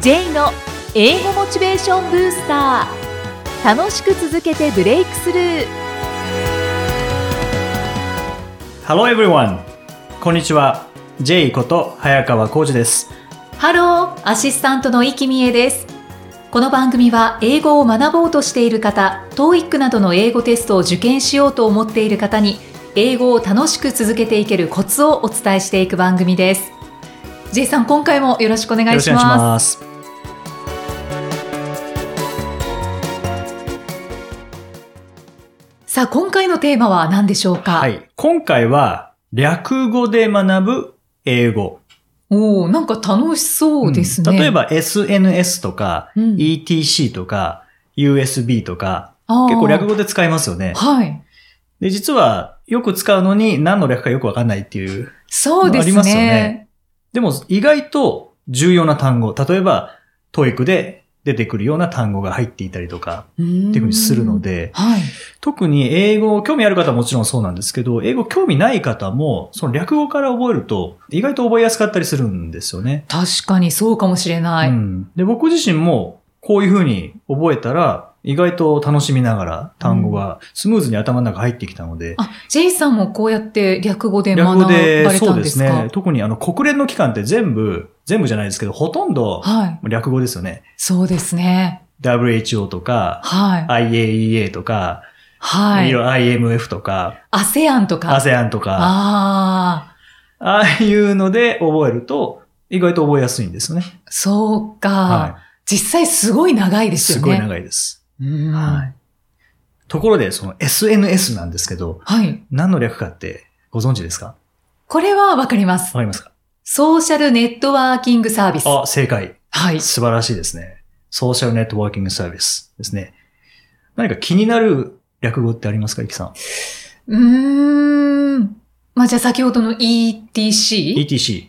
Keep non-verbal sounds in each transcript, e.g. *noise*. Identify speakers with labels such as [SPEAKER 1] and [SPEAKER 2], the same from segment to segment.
[SPEAKER 1] J の英語モチベーションブースター楽しく続けてブレイクスルー
[SPEAKER 2] Hello everyone! こんにちは。J こと早川浩二です。
[SPEAKER 1] ハローアシスタントの生きみえですこの番組は英語を学ぼうとしている方 TOEIC などの英語テストを受験しようと思っている方に英語を楽しく続けていけるコツをお伝えしていく番組です J さん今回もよろしくお願いし
[SPEAKER 2] よろしくお願
[SPEAKER 1] ま
[SPEAKER 2] いします。
[SPEAKER 1] すさあ今回のテーマは何でしょうか、
[SPEAKER 2] はい。今回は、略語で学ぶ英語。
[SPEAKER 1] おおなんか楽しそうですね、
[SPEAKER 2] ん例えば SNS とか、
[SPEAKER 1] うん
[SPEAKER 2] ETC とか、USB とか、
[SPEAKER 1] あー
[SPEAKER 2] 結構略語で使いますよね。
[SPEAKER 1] はい
[SPEAKER 2] で、実は、よく使うのに何の略かよくわかんないっていう。
[SPEAKER 1] そうですね。
[SPEAKER 2] ありますよねでも、意外と重要な単語。例えば、トイックで出てくるような単語が入っていたりとか、
[SPEAKER 1] って
[SPEAKER 2] って
[SPEAKER 1] い
[SPEAKER 2] いうふうにするの。で、
[SPEAKER 1] はい。
[SPEAKER 2] 特に英語、興味ある方はもちろんそうなんですけど、英語興味ない方も、その略語から覚えると、意外と覚えやすかったりするんですよね。
[SPEAKER 1] 確かにそうかもしれない。
[SPEAKER 2] うんで、僕自身も、こういうふうに覚えたら、意外と楽しみながら単語がスムーズに頭の中入ってきたので、
[SPEAKER 1] あ、ジェイさんもこうやって略語で
[SPEAKER 2] 略
[SPEAKER 1] 学
[SPEAKER 2] 語
[SPEAKER 1] ばれ
[SPEAKER 2] で、そ
[SPEAKER 1] た
[SPEAKER 2] うんで
[SPEAKER 1] ですすか
[SPEAKER 2] ね。特にあの国連の機関って全部、全部じゃないですけど、ほとんど
[SPEAKER 1] はい。
[SPEAKER 2] 略語ですよね。
[SPEAKER 1] そうですね。
[SPEAKER 2] WHO とか、
[SPEAKER 1] はい。
[SPEAKER 2] IAEA とか、
[SPEAKER 1] はいい。
[SPEAKER 2] ろいろ IMF とか、
[SPEAKER 1] ASEAN とか。
[SPEAKER 2] ASEAN とか、
[SPEAKER 1] あ
[SPEAKER 2] ああいうので覚えると、意外と覚えやすいんですよね。
[SPEAKER 1] あ、そうか、
[SPEAKER 2] は
[SPEAKER 1] 実際すごい長い
[SPEAKER 2] い。
[SPEAKER 1] ですよ
[SPEAKER 2] す
[SPEAKER 1] ね。
[SPEAKER 2] ごい長いです。
[SPEAKER 1] うん
[SPEAKER 2] は。
[SPEAKER 1] はい
[SPEAKER 2] ところで、その SNS なんですけど、
[SPEAKER 1] い。
[SPEAKER 2] 何の略かってご存知ですか
[SPEAKER 1] これはわかります
[SPEAKER 2] わ。かりますか
[SPEAKER 1] ソーシャルネットワーキングサービス。
[SPEAKER 2] あ、正解。
[SPEAKER 1] はい。
[SPEAKER 2] 素晴らしいですね。ソーシャルネットワーキングサービスですね。何か気になる略語ってありますか、イキさん。
[SPEAKER 1] うーん。まあ、じゃあ先ほどの ETC。
[SPEAKER 2] ETC。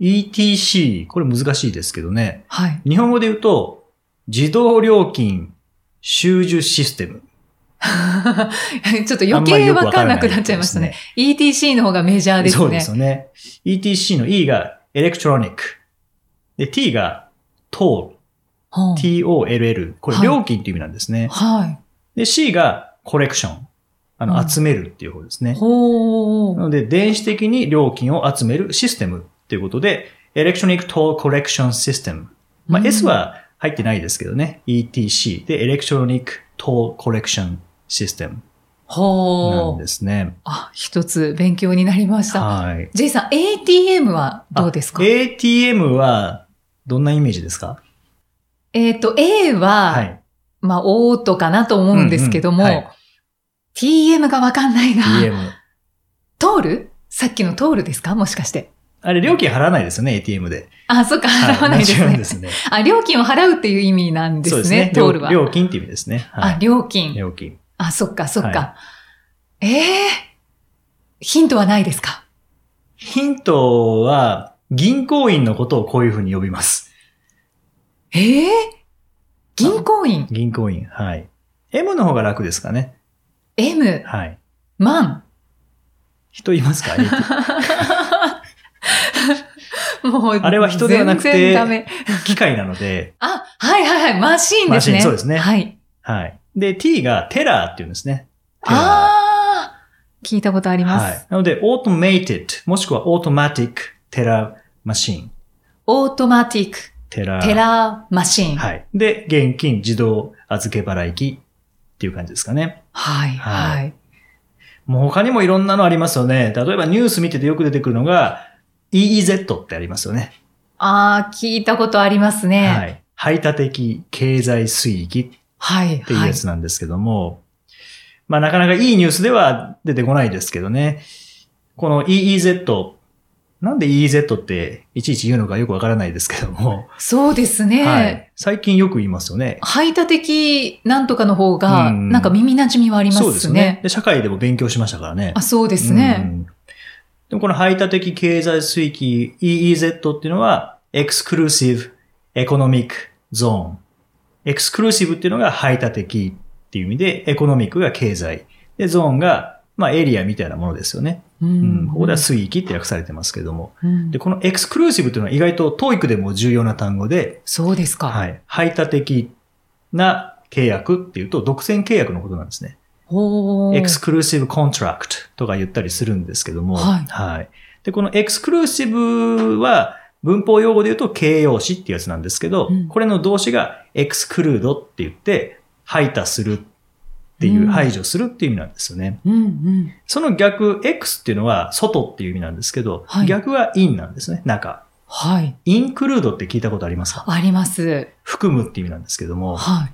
[SPEAKER 2] ETC、これ難しいですけどね。
[SPEAKER 1] はい。
[SPEAKER 2] 日本語で言うと、自動料金収受システム。
[SPEAKER 1] *laughs* ちょっと
[SPEAKER 2] あ
[SPEAKER 1] 余
[SPEAKER 2] んまり
[SPEAKER 1] 計
[SPEAKER 2] よく
[SPEAKER 1] わ
[SPEAKER 2] わ
[SPEAKER 1] から
[SPEAKER 2] ら
[SPEAKER 1] なくなっちゃいました
[SPEAKER 2] です
[SPEAKER 1] ね。。ETC の方がメジャーですね。
[SPEAKER 2] そうですよね。ETC の E がエレクトロニック。で、T が toll,
[SPEAKER 1] はあ
[SPEAKER 2] T-O-L-L。これ
[SPEAKER 1] はい
[SPEAKER 2] 料金っていう意味なんですね。
[SPEAKER 1] は
[SPEAKER 2] で、C がコレクション。あ
[SPEAKER 1] う
[SPEAKER 2] の、
[SPEAKER 1] ん
[SPEAKER 2] 集めるっていう方です
[SPEAKER 1] い。
[SPEAKER 2] ね。
[SPEAKER 1] ほ
[SPEAKER 2] な
[SPEAKER 1] う。
[SPEAKER 2] ので、電子的に料金を集めるシステムっていうことで、エレクトロニック toll collection system。ま
[SPEAKER 1] う
[SPEAKER 2] あ、
[SPEAKER 1] ん
[SPEAKER 2] S は入ってないですけどね。ETC でエレクトロニック toll collection system な
[SPEAKER 1] ほ
[SPEAKER 2] ん
[SPEAKER 1] う
[SPEAKER 2] で。すね。
[SPEAKER 1] あ、一つ勉強になりました。
[SPEAKER 2] はい。
[SPEAKER 1] J さん、ATM はどうですか
[SPEAKER 2] あ ?ATM は、どんなイメージですか
[SPEAKER 1] えっと、A は、
[SPEAKER 2] はい。
[SPEAKER 1] まあ、オートかなと思うんですけども、
[SPEAKER 2] うんうんはい
[SPEAKER 1] TM がわかんないな。
[SPEAKER 2] TM。
[SPEAKER 1] 通るさっきの通るですかもしかして。
[SPEAKER 2] あれ、料金払わないですよね、ATM で。
[SPEAKER 1] あ、そっか、払わないですね。
[SPEAKER 2] はい間違うんですね。
[SPEAKER 1] あ、料金を払うっていう意味なんで
[SPEAKER 2] そう
[SPEAKER 1] す
[SPEAKER 2] で
[SPEAKER 1] ね、
[SPEAKER 2] すね。
[SPEAKER 1] 通るは。
[SPEAKER 2] 料料金っていう意味ですね。は
[SPEAKER 1] あ、
[SPEAKER 2] い。
[SPEAKER 1] 料金。
[SPEAKER 2] 料金。
[SPEAKER 1] あ、そっか、そっか。ええヒントはないですか
[SPEAKER 2] ヒントは、銀行員のことをこういうふうに呼びます。
[SPEAKER 1] ええ銀行員、
[SPEAKER 2] 銀行員。はい。M の方が楽ですかね。
[SPEAKER 1] M、
[SPEAKER 2] はい。
[SPEAKER 1] マン。
[SPEAKER 2] 人いますか ATM
[SPEAKER 1] もう、
[SPEAKER 2] あれは人ではなくて
[SPEAKER 1] 全然ダメ。
[SPEAKER 2] *laughs* 機械なので、
[SPEAKER 1] あ、はいはいはい、マシーンですね。
[SPEAKER 2] マシンそうですね
[SPEAKER 1] はい。
[SPEAKER 2] はい。で、T がテラーっていうんですね。テラー
[SPEAKER 1] ああ、聞いたことあります。
[SPEAKER 2] はい。なので、automated、もしくは automatic teller machine。
[SPEAKER 1] オートマティック、
[SPEAKER 2] テラー。
[SPEAKER 1] テラーマシーン。
[SPEAKER 2] はい。で、現金自動預け払い機っていう感じですかね。
[SPEAKER 1] はい、
[SPEAKER 2] は
[SPEAKER 1] はい。
[SPEAKER 2] もう他にもいろんなのありますよね。例えばニュース見ててよく出てくるのが EEZ ってありますよね。
[SPEAKER 1] ああ、聞いたことあります
[SPEAKER 2] は
[SPEAKER 1] ね。
[SPEAKER 2] い。排他的経済水域
[SPEAKER 1] はい、
[SPEAKER 2] っていう
[SPEAKER 1] はい
[SPEAKER 2] や。つなんですけども、まあなかなかいいニュースでは出てこないですけどね。この EEZ、なんで EEZ っていちいち言うのかよくわからないですけども、
[SPEAKER 1] そうですね。
[SPEAKER 2] はい。最近よく言いますよね。
[SPEAKER 1] 排他的なんとかの方が、
[SPEAKER 2] うん
[SPEAKER 1] なんか耳馴染みはありますね。
[SPEAKER 2] そうですよねで。社会でも勉強しましたからね。
[SPEAKER 1] あ、そうですね。
[SPEAKER 2] うん。でもこの排他的経済水域 EEZ っていうのは、エクスクルーシブエコノミックゾーン。エクスクルーシブっていうのが排他的っていう意味で、エコノミックが経済。で、ゾーンがまあエリアみたいなものですよね。
[SPEAKER 1] うん
[SPEAKER 2] うん、ここでは水域って訳されてますけども。
[SPEAKER 1] うん
[SPEAKER 2] で、このエクスクルーシブというのは意外と TOEIC でも重要な単語で、
[SPEAKER 1] そうですか。
[SPEAKER 2] はい、排他的な契約っていうと独占契約のことなんですね。
[SPEAKER 1] ほー
[SPEAKER 2] エクスクルーシブコントラクトとか言ったりするんですけども、
[SPEAKER 1] はい
[SPEAKER 2] で、このエクスクルーシブは文法用語で言うと形容詞っていうやつなんですけど、
[SPEAKER 1] うん
[SPEAKER 2] これの動詞がエクスクルードって言って、排他するっていう、
[SPEAKER 1] うん
[SPEAKER 2] 排除するっていう意味なんですよね。
[SPEAKER 1] うんうん。
[SPEAKER 2] その逆、X っていうのは外っていう意味なんですけど、
[SPEAKER 1] はい
[SPEAKER 2] 逆は in なんですね、中。
[SPEAKER 1] はい。
[SPEAKER 2] インクルードって聞いたことありますか
[SPEAKER 1] あります。
[SPEAKER 2] 含むっていう意味なんですけども、
[SPEAKER 1] はい。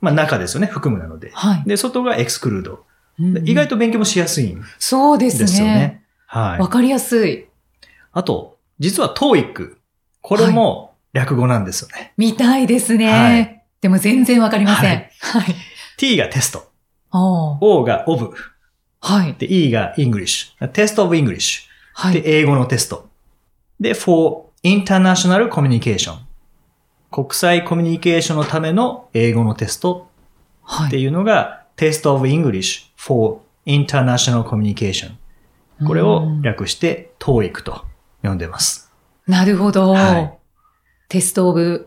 [SPEAKER 2] まあ中ですよね、含むなので。
[SPEAKER 1] はい。
[SPEAKER 2] で、外がエクスクルード。
[SPEAKER 1] うん
[SPEAKER 2] で意外と勉強もしやすいん
[SPEAKER 1] そうで
[SPEAKER 2] です
[SPEAKER 1] ね。
[SPEAKER 2] すよね。はい
[SPEAKER 1] わ。かりやすい。
[SPEAKER 2] あと、実は TOEIC。これも略語なんですよね。
[SPEAKER 1] みたいですね。
[SPEAKER 2] はい
[SPEAKER 1] でも全然わかりません。はい。
[SPEAKER 2] t がテスト、
[SPEAKER 1] あー
[SPEAKER 2] o が of、
[SPEAKER 1] はい。
[SPEAKER 2] で e が English、テスト of English、
[SPEAKER 1] は
[SPEAKER 2] で
[SPEAKER 1] い。
[SPEAKER 2] 英語のテスト。で、for international communication。国際コミュニケーションのための英語のテスト
[SPEAKER 1] は
[SPEAKER 2] って
[SPEAKER 1] い。
[SPEAKER 2] いうのが、Test of English for International Communication。これを
[SPEAKER 1] うん
[SPEAKER 2] 略して TOEIC と呼んでます。
[SPEAKER 1] なるほど。
[SPEAKER 2] はい
[SPEAKER 1] テストオブ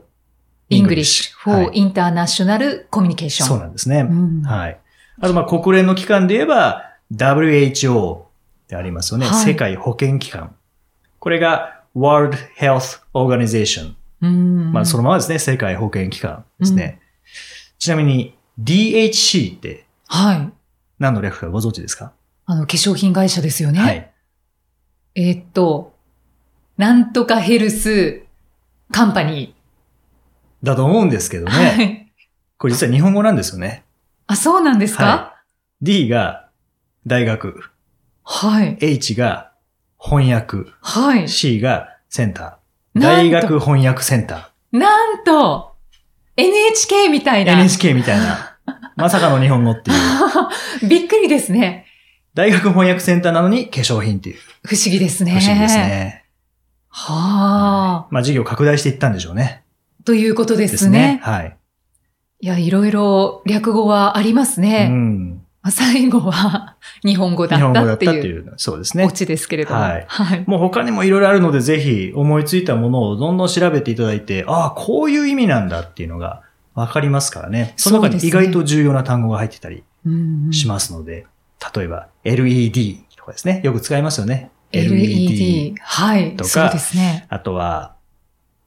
[SPEAKER 2] English
[SPEAKER 1] English for
[SPEAKER 2] はい
[SPEAKER 1] International Communication。
[SPEAKER 2] そうなんですね。
[SPEAKER 1] うん
[SPEAKER 2] はい。あと、まあ、国連の機関で言えば、WHO でありますよね。
[SPEAKER 1] はい
[SPEAKER 2] 世界保健機関。これが World Health Organization。
[SPEAKER 1] うん
[SPEAKER 2] まあ、そのままですね。世界保健機関ですね。ちなみに、DHC って
[SPEAKER 1] はい。
[SPEAKER 2] 何の略かご存知ですか
[SPEAKER 1] あの、化粧品会社ですよね。
[SPEAKER 2] はい。
[SPEAKER 1] えーっと、なんとかヘルスカンパニ
[SPEAKER 2] だと思うんですけど
[SPEAKER 1] ー。
[SPEAKER 2] ね。
[SPEAKER 1] はい。
[SPEAKER 2] これ実は日本語なんですよね。
[SPEAKER 1] *laughs* あ、そうなんですか
[SPEAKER 2] はい、D が大学、
[SPEAKER 1] はい。
[SPEAKER 2] H が翻訳、
[SPEAKER 1] はい。
[SPEAKER 2] C がセンター。
[SPEAKER 1] なん
[SPEAKER 2] 大
[SPEAKER 1] と
[SPEAKER 2] 学翻訳センタ
[SPEAKER 1] なんと、NHK みたい
[SPEAKER 2] ー。
[SPEAKER 1] な。
[SPEAKER 2] NHK みたいな。まさかの日本語ってい
[SPEAKER 1] *laughs*
[SPEAKER 2] う。
[SPEAKER 1] びっくりですね。
[SPEAKER 2] 大学翻訳センターなのに化粧品っていう。
[SPEAKER 1] 不思議です
[SPEAKER 2] 不
[SPEAKER 1] ね。
[SPEAKER 2] 思議ですね。
[SPEAKER 1] はあ、
[SPEAKER 2] まあ事業拡大していったんでしょうね。
[SPEAKER 1] ということで
[SPEAKER 2] です
[SPEAKER 1] ね。
[SPEAKER 2] はい。
[SPEAKER 1] いや、いろいろ略語はあります
[SPEAKER 2] う
[SPEAKER 1] ね。
[SPEAKER 2] ん。
[SPEAKER 1] まあ最後は日本語だ
[SPEAKER 2] 日本
[SPEAKER 1] っ
[SPEAKER 2] 語だ
[SPEAKER 1] たっ
[SPEAKER 2] ってたって
[SPEAKER 1] いう
[SPEAKER 2] いう。そうです
[SPEAKER 1] オ
[SPEAKER 2] ね。
[SPEAKER 1] チですけれども。
[SPEAKER 2] はい
[SPEAKER 1] はい。
[SPEAKER 2] もう他にもいろいろあるので、ぜひ思いついたものをどんどん調べていただいて、ああ、こういう意味なんだっていうのがわかりますからね。その
[SPEAKER 1] そ
[SPEAKER 2] 中
[SPEAKER 1] うで
[SPEAKER 2] に
[SPEAKER 1] すね
[SPEAKER 2] 意外と重要な単語が入ってたり
[SPEAKER 1] うんうん
[SPEAKER 2] しますので、例えば LED とかですね。よく使いますよね。
[SPEAKER 1] LED。はい。
[SPEAKER 2] とか
[SPEAKER 1] そうですね。
[SPEAKER 2] あとは、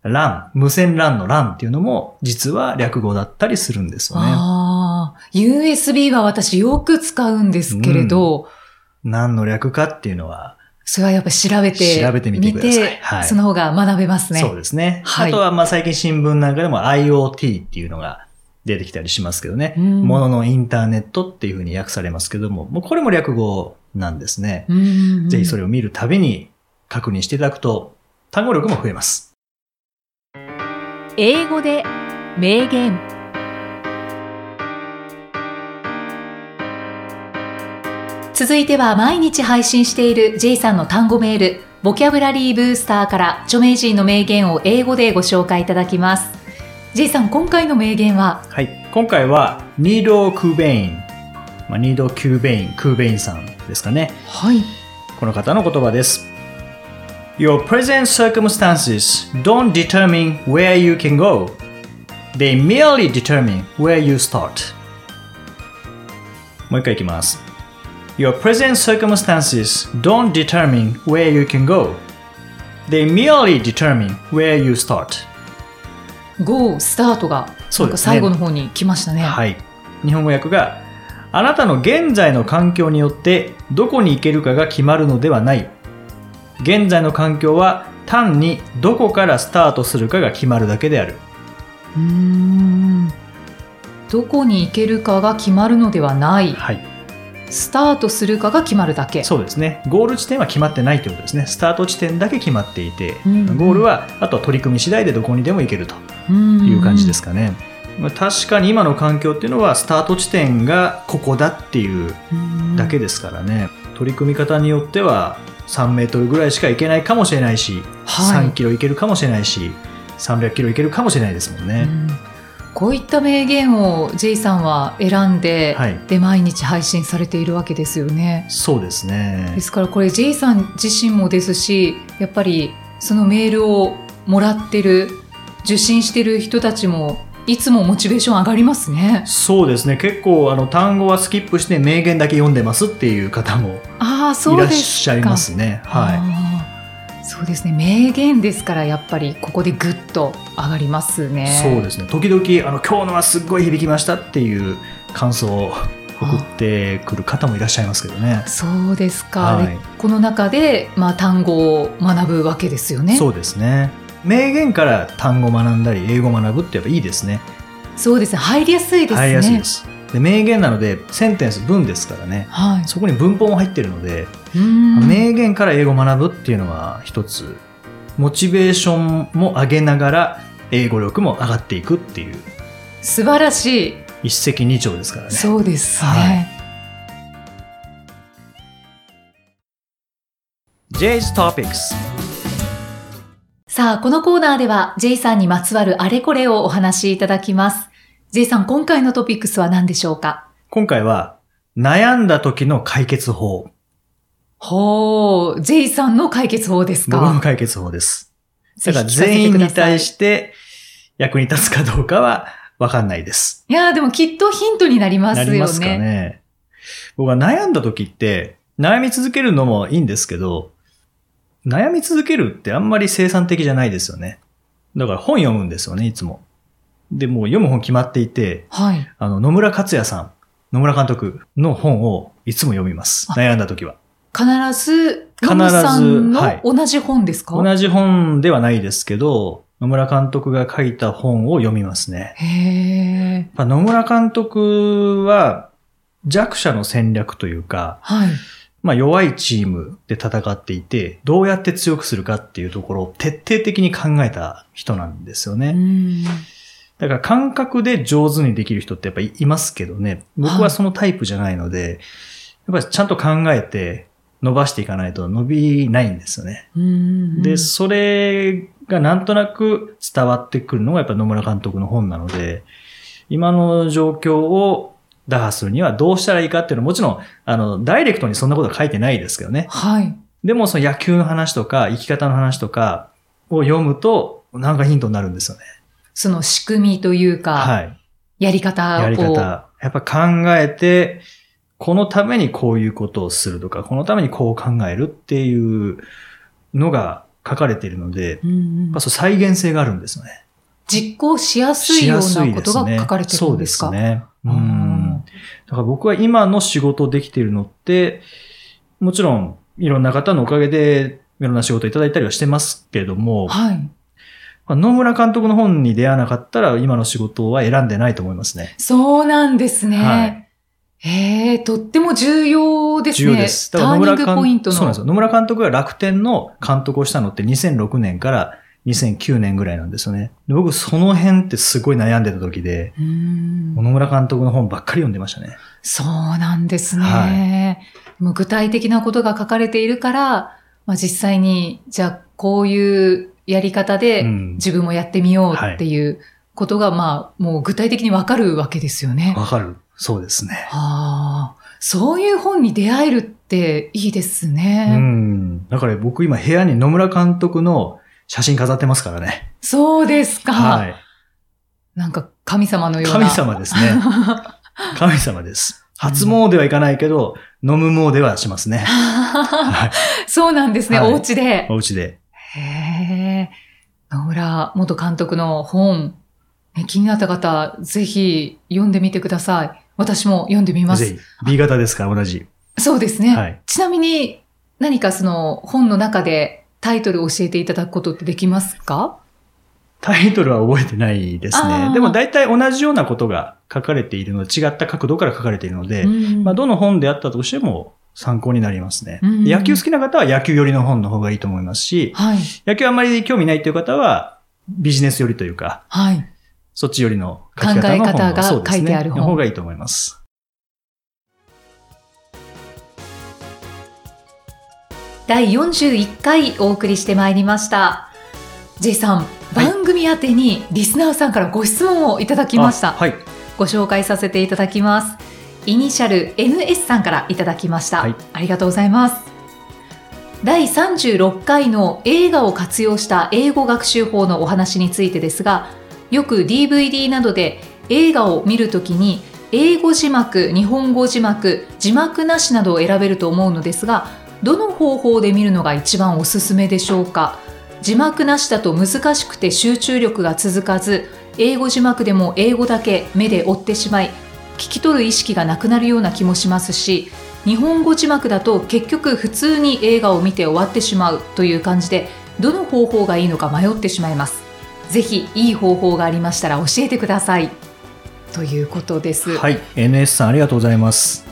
[SPEAKER 2] LAN、無線 LAN の LAN っていうのも、実は略語だったりするんですよね。
[SPEAKER 1] ああ、USB は私よく使うんですけれど、
[SPEAKER 2] 何の略かっていうのは、
[SPEAKER 1] それはやっぱ調べて、
[SPEAKER 2] 調べてみてください
[SPEAKER 1] 見て
[SPEAKER 2] はい
[SPEAKER 1] その方が学べますね。
[SPEAKER 2] そうですね。
[SPEAKER 1] はい
[SPEAKER 2] あとは、まあ、最近新聞なんかでも IoT っていうのが出てきたりしますけどね。
[SPEAKER 1] うん
[SPEAKER 2] もののインターネットっていうふうに訳されますけども、もうこれも略語なんですね。
[SPEAKER 1] うんうんうん
[SPEAKER 2] ぜひそれを見るたびに確認していただくと、単語力も増えます。
[SPEAKER 1] 英語で名言続いては毎日配信している J さんの単語メールボキャブラリーブースターから著名人の名言を英語でご紹介いただきます J さん今回の名言は
[SPEAKER 2] はい。今回は、ニード・クーベイン。まあ、ニード・キューベイン、クーベインさんですかね。
[SPEAKER 1] はい
[SPEAKER 2] この方の言葉です。Your present circumstances don't determine where you can go. They merely determine where you start. もう一回いきます。Your present circumstances don't determine where you can go. They merely determine where you start.
[SPEAKER 1] Go スタートが
[SPEAKER 2] そ
[SPEAKER 1] な
[SPEAKER 2] うんで
[SPEAKER 1] か
[SPEAKER 2] すね
[SPEAKER 1] 最後の方に来ましたね
[SPEAKER 2] はい。日本語訳が、あなたの現在の環境によってどこに行けるかが決まるのではない。現在の環境は単にどこからスタートするかが決まるだけである。
[SPEAKER 1] うーんどこに行けるかが決まるのではない
[SPEAKER 2] はい。
[SPEAKER 1] スタートするかが決まるだけ
[SPEAKER 2] そうですね。ゴール地点は決まってないということですね。スタート地点だけ決まっていて、
[SPEAKER 1] うん
[SPEAKER 2] ゴールはあとは取り組み次第でどこにでも行けると
[SPEAKER 1] うん
[SPEAKER 2] いう感じですかね。まあ確かに今の環境っていうのはスタート地点がここだっていうだけですからね、取り組み方によっては3メートルぐらいしか行けないかもしれないし、
[SPEAKER 1] はい
[SPEAKER 2] 3キロ行けるかもしれないし300キロ行けるかもしれないですもん
[SPEAKER 1] う
[SPEAKER 2] ね、
[SPEAKER 1] んこういった名言を J さんは選んで、
[SPEAKER 2] はい
[SPEAKER 1] で毎日配信されているわけですよね。
[SPEAKER 2] そうですね
[SPEAKER 1] で。すからこれ J さん自身もですしやっぱりそのメールをもらってる受信してる人たちもいつもモチベーション上がりますね。
[SPEAKER 2] そうですね。結構、あの、単語はスキップして名言だけ読んでますっていう方も
[SPEAKER 1] ああ
[SPEAKER 2] い
[SPEAKER 1] そ
[SPEAKER 2] ら
[SPEAKER 1] う
[SPEAKER 2] っ
[SPEAKER 1] です
[SPEAKER 2] しゃいますね。は
[SPEAKER 1] はい。そうですね名言ですからやっぱりここでぐっと上がります
[SPEAKER 2] い。
[SPEAKER 1] ね。
[SPEAKER 2] そうですね。時々、あの、今日のはすっごい響きましたっていう感想を送ってくる方もいらっしゃいますけどね。
[SPEAKER 1] そうですか、
[SPEAKER 2] はい
[SPEAKER 1] でこの中で、まあ、単語を学ぶわけですよね。
[SPEAKER 2] そうですね。名言から単語学んだり、英語学ぶってやっぱいいですね。
[SPEAKER 1] そうですね入りやすいですね。
[SPEAKER 2] 入りやすいです。で名言なので、センテンス、文ですからね。
[SPEAKER 1] はい、
[SPEAKER 2] そこに文法も入ってるので、
[SPEAKER 1] うーん
[SPEAKER 2] 名言から英語を学ぶっていうのは一つモチベーションも上げながら英語力も上がっていくっていう
[SPEAKER 1] 素晴らしい、
[SPEAKER 2] 一石二鳥ですからね
[SPEAKER 1] そうですね。
[SPEAKER 2] はい J's Topics
[SPEAKER 1] さあ、このコーナーでは J さんにまつわるあれこれをお話しいただきます。J さん、今回のトピックスは何でしょうか
[SPEAKER 2] 今回は悩んだ時の解決法
[SPEAKER 1] ほう、J さんの解決法です
[SPEAKER 2] 僕の
[SPEAKER 1] か。
[SPEAKER 2] 解決法です
[SPEAKER 1] ぜ
[SPEAKER 2] だ
[SPEAKER 1] ひ聞
[SPEAKER 2] か
[SPEAKER 1] かせて
[SPEAKER 2] ら全員
[SPEAKER 1] くだ
[SPEAKER 2] に
[SPEAKER 1] さい
[SPEAKER 2] 対して役に立つかどうかは分かんないです
[SPEAKER 1] いやーでもきっとヒントになります
[SPEAKER 2] な
[SPEAKER 1] よ
[SPEAKER 2] りますか
[SPEAKER 1] ね。
[SPEAKER 2] ね僕は悩んだ時って悩み続けるのもいいんですけど悩み続けるってあんまり生産的じゃないですよねだから本読むんですよねいつもでもう読む本決まっていて
[SPEAKER 1] はい。
[SPEAKER 2] あの野村克也さん野村監督の本をいつも読みます
[SPEAKER 1] あ
[SPEAKER 2] 悩んだ時は
[SPEAKER 1] 必ず、
[SPEAKER 2] 必
[SPEAKER 1] ノ
[SPEAKER 2] ず
[SPEAKER 1] ムさん
[SPEAKER 2] はい
[SPEAKER 1] の同じ本ですか、
[SPEAKER 2] 同じ本ではないですけど野村監督が書いた本を読みますね
[SPEAKER 1] へー
[SPEAKER 2] やっぱ野村監督は弱者の戦略というか、
[SPEAKER 1] はい。
[SPEAKER 2] まあ弱いチームで戦っていて、どうやって強くするかっていうところを徹底的に考えた人なんですよ
[SPEAKER 1] う
[SPEAKER 2] ね。
[SPEAKER 1] ん
[SPEAKER 2] だから感覚で上手にできる人ってやっぱいいますけどね。僕
[SPEAKER 1] は
[SPEAKER 2] はいそのタイプじゃないので、やっぱりちゃんと考えて伸ばしていかないと伸びないんですよね。
[SPEAKER 1] うん
[SPEAKER 2] で、それがなんとなく伝わってくるのがやっぱ野村監督の本なので、今の状況を打破するにはどうしたらいいかっていうのはもちろん、あの、ダイレクトにそんなことは書いてないですけどね。
[SPEAKER 1] はい。
[SPEAKER 2] でもその野球の話とか生き方の話とかを読むとなんかヒントになるんですよね。
[SPEAKER 1] その仕組みというか、
[SPEAKER 2] はい。
[SPEAKER 1] やり方を。
[SPEAKER 2] やり方。やっぱ考えて、このためにこういうことをするとか、このためにこう考えるっていうのが書かれているので、
[SPEAKER 1] うんうん
[SPEAKER 2] やっぱそう再現性があるんですよね。
[SPEAKER 1] 実行しやすいようなことが書かれてるんですか
[SPEAKER 2] そうですね。う
[SPEAKER 1] うん
[SPEAKER 2] ん。だから僕は今の仕事できているのって、もちろんいろんな方のおかげでいろんな仕事いただいたりはしてますけれども、
[SPEAKER 1] はい。
[SPEAKER 2] まあ野村監督の本に出会わなかったら、今の仕事は選んでないと思いますね。
[SPEAKER 1] そうなんですね。
[SPEAKER 2] はい
[SPEAKER 1] ええとっても重要ですね。
[SPEAKER 2] 重要です。
[SPEAKER 1] ターニング
[SPEAKER 2] 監
[SPEAKER 1] ポイントの。
[SPEAKER 2] そうなんですよ。野村監督が楽天の監督をしたのって2006年から2009年ぐらいなんですよね。で僕、その辺ってすごい悩んでた時で、
[SPEAKER 1] うん
[SPEAKER 2] 野村監督の本ばっかり読んでましたね。
[SPEAKER 1] そうなんですね。
[SPEAKER 2] は
[SPEAKER 1] もう具体的なことが書かれているから、まあ、実際に、じゃあこういうやり方
[SPEAKER 2] う
[SPEAKER 1] で
[SPEAKER 2] ん。
[SPEAKER 1] 自分もやってみようっていうことが、まあ、もう具体的にわかるわけですよね。
[SPEAKER 2] わかるそうですね。
[SPEAKER 1] ああ、そういう本に出会えるっていいです
[SPEAKER 2] う
[SPEAKER 1] ね。
[SPEAKER 2] ん。だから僕今部屋に野村監督の写真飾ってますからね。
[SPEAKER 1] そうですか。
[SPEAKER 2] はい。
[SPEAKER 1] なんか神様のような。
[SPEAKER 2] 神様です
[SPEAKER 1] *laughs*
[SPEAKER 2] ね。神様です。初詣はいかないけど、飲む詣はしますね。はい
[SPEAKER 1] そうなんですね、
[SPEAKER 2] はい
[SPEAKER 1] お家で。
[SPEAKER 2] お家で。
[SPEAKER 1] へえ。野村元監督の本、ね気になった方、ぜひ読んでみてください。私も読んでみま
[SPEAKER 2] ぜ
[SPEAKER 1] す。
[SPEAKER 2] ひ。B 型ですから同じ。
[SPEAKER 1] そうですね。
[SPEAKER 2] はい
[SPEAKER 1] ちなみに、何かその本の中でタイトルを教えていただくことってできますか
[SPEAKER 2] タイトルは覚えてないです
[SPEAKER 1] あー
[SPEAKER 2] ね。でも大体同じようなことが書かれているので、違った角度から書かれているので、
[SPEAKER 1] うん
[SPEAKER 2] まあ、どの本であったとしても参考になりますね。
[SPEAKER 1] うん
[SPEAKER 2] 野球好きな方は野球寄りの本の方がいいと思いますし、
[SPEAKER 1] はい。
[SPEAKER 2] 野球あんまり興味ないという方は、ビジネス寄りというか、
[SPEAKER 1] はい。
[SPEAKER 2] そっち寄りの書き方の本の
[SPEAKER 1] 考え方が
[SPEAKER 2] そうですね
[SPEAKER 1] 書いてある本
[SPEAKER 2] の方がいいと思います。
[SPEAKER 1] 第41回お送りしてまいりました。J さん、
[SPEAKER 2] はい
[SPEAKER 1] 番組宛てにリスナーさんからご質問をいただきました、
[SPEAKER 2] あはい
[SPEAKER 1] ご紹介させていただきますイニシャル NS さんからいただきました、
[SPEAKER 2] はい
[SPEAKER 1] ありがとうございます第36回の映画を活用した英語学習法のお話についてですがよく DVD などで映画を見るときに英語字幕日本語字幕字幕なしなどを選べると思うのですがどの方法で見るのが一番おすすめでしょうか字幕なしだと難しくて集中力が続かず英語字幕でも英語だけ目で追ってしまい聞き取る意識がなくなるような気もしますし日本語字幕だと結局普通に映画を見て終わってしまうという感じでどの方法がいいのか迷ってしまいますぜひいい方法がありましたら教えてくださいということです、
[SPEAKER 2] はい NS さんありがとうございます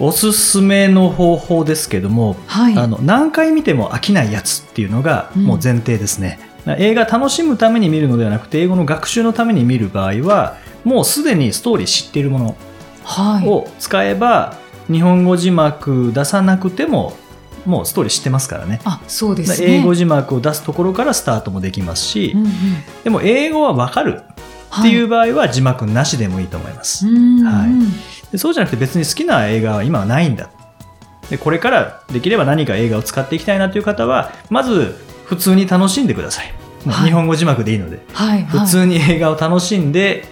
[SPEAKER 2] おすすめの方法ですけども、
[SPEAKER 1] はい
[SPEAKER 2] あの何回見ても飽きないやつっていうのが
[SPEAKER 1] うん
[SPEAKER 2] もう前提ですね、映画楽しむために見るのではなくて英語の学習のために見る場合はもうすでにストーリー知っているもの
[SPEAKER 1] はい
[SPEAKER 2] を使えば、日本語字幕出さなくてももうストーリー知ってますからね
[SPEAKER 1] あそうですね
[SPEAKER 2] 英語字幕を出すところからスタートもできますし、
[SPEAKER 1] うんうん
[SPEAKER 2] でも英語はわかるっていう
[SPEAKER 1] は
[SPEAKER 2] 場合は字幕なしでもいいと思います、
[SPEAKER 1] いうんうん
[SPEAKER 2] はいでそうじゃなくて別に好きな映画は今はないんだでこれからできれば何か映画を使っていきたいなという方はまず普通に楽しんでくださいもう
[SPEAKER 1] はい
[SPEAKER 2] 日本語字幕でいいので、
[SPEAKER 1] はいはい
[SPEAKER 2] 普通に映画を楽しんで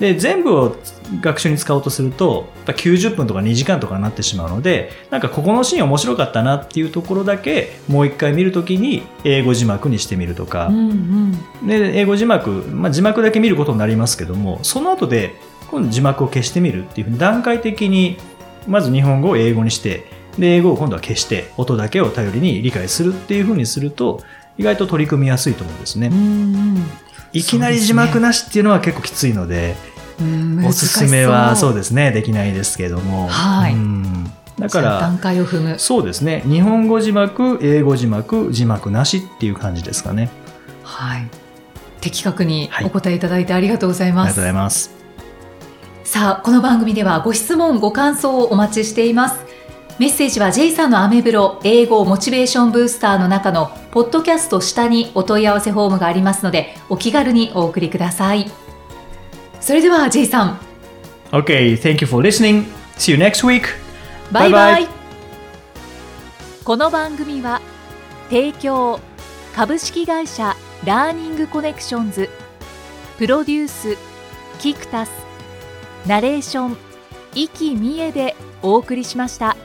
[SPEAKER 2] で全部を学習に使おうとするとやっぱ90分とか2時間とかになってしまうのでなんかここのシーン面白かったなっていうところだけもう一回見るときに英語字幕にしてみるとか
[SPEAKER 1] う、んうん
[SPEAKER 2] で英語字幕、まあ、字幕だけ見ることになりますけどもその後で今度字幕を消してみるっていうふうに段階的にまず日本語を英語にしてで英語を今度は消して音だけを頼りに理解するっていうふうにすると意外と取り組みやすいと思うんですね、
[SPEAKER 1] うん
[SPEAKER 2] いきなり字幕なしっていうのは結構きついので
[SPEAKER 1] うんうん
[SPEAKER 2] おすすめはそう
[SPEAKER 1] で
[SPEAKER 2] ですねできないですけども、
[SPEAKER 1] はい
[SPEAKER 2] うんだか
[SPEAKER 1] 段
[SPEAKER 2] ら
[SPEAKER 1] 階を踏む
[SPEAKER 2] そうですね日本語字幕英語字幕字幕なしっていう感じですかね
[SPEAKER 1] はい。的確に
[SPEAKER 2] はい
[SPEAKER 1] お答えいただいてありがとうござい
[SPEAKER 2] あり
[SPEAKER 1] ま
[SPEAKER 2] がとう
[SPEAKER 1] す。
[SPEAKER 2] ございます
[SPEAKER 1] さあ、この番組ではご質問、ご感想をお待ちしています。メッセージは J さんのアメブロ英語モチベーションブースターの中のポッドキャスト下にお問い合わせフォームがありますので、お気軽にお送りください。それでは J さん、
[SPEAKER 2] Okay, thank you for listening. See you next week.
[SPEAKER 1] バイバイ
[SPEAKER 2] バイバイ
[SPEAKER 1] この番組は提供株式会社ラーニングコネクションズプロデュースキクタスナレーション生きみえでお送りしました。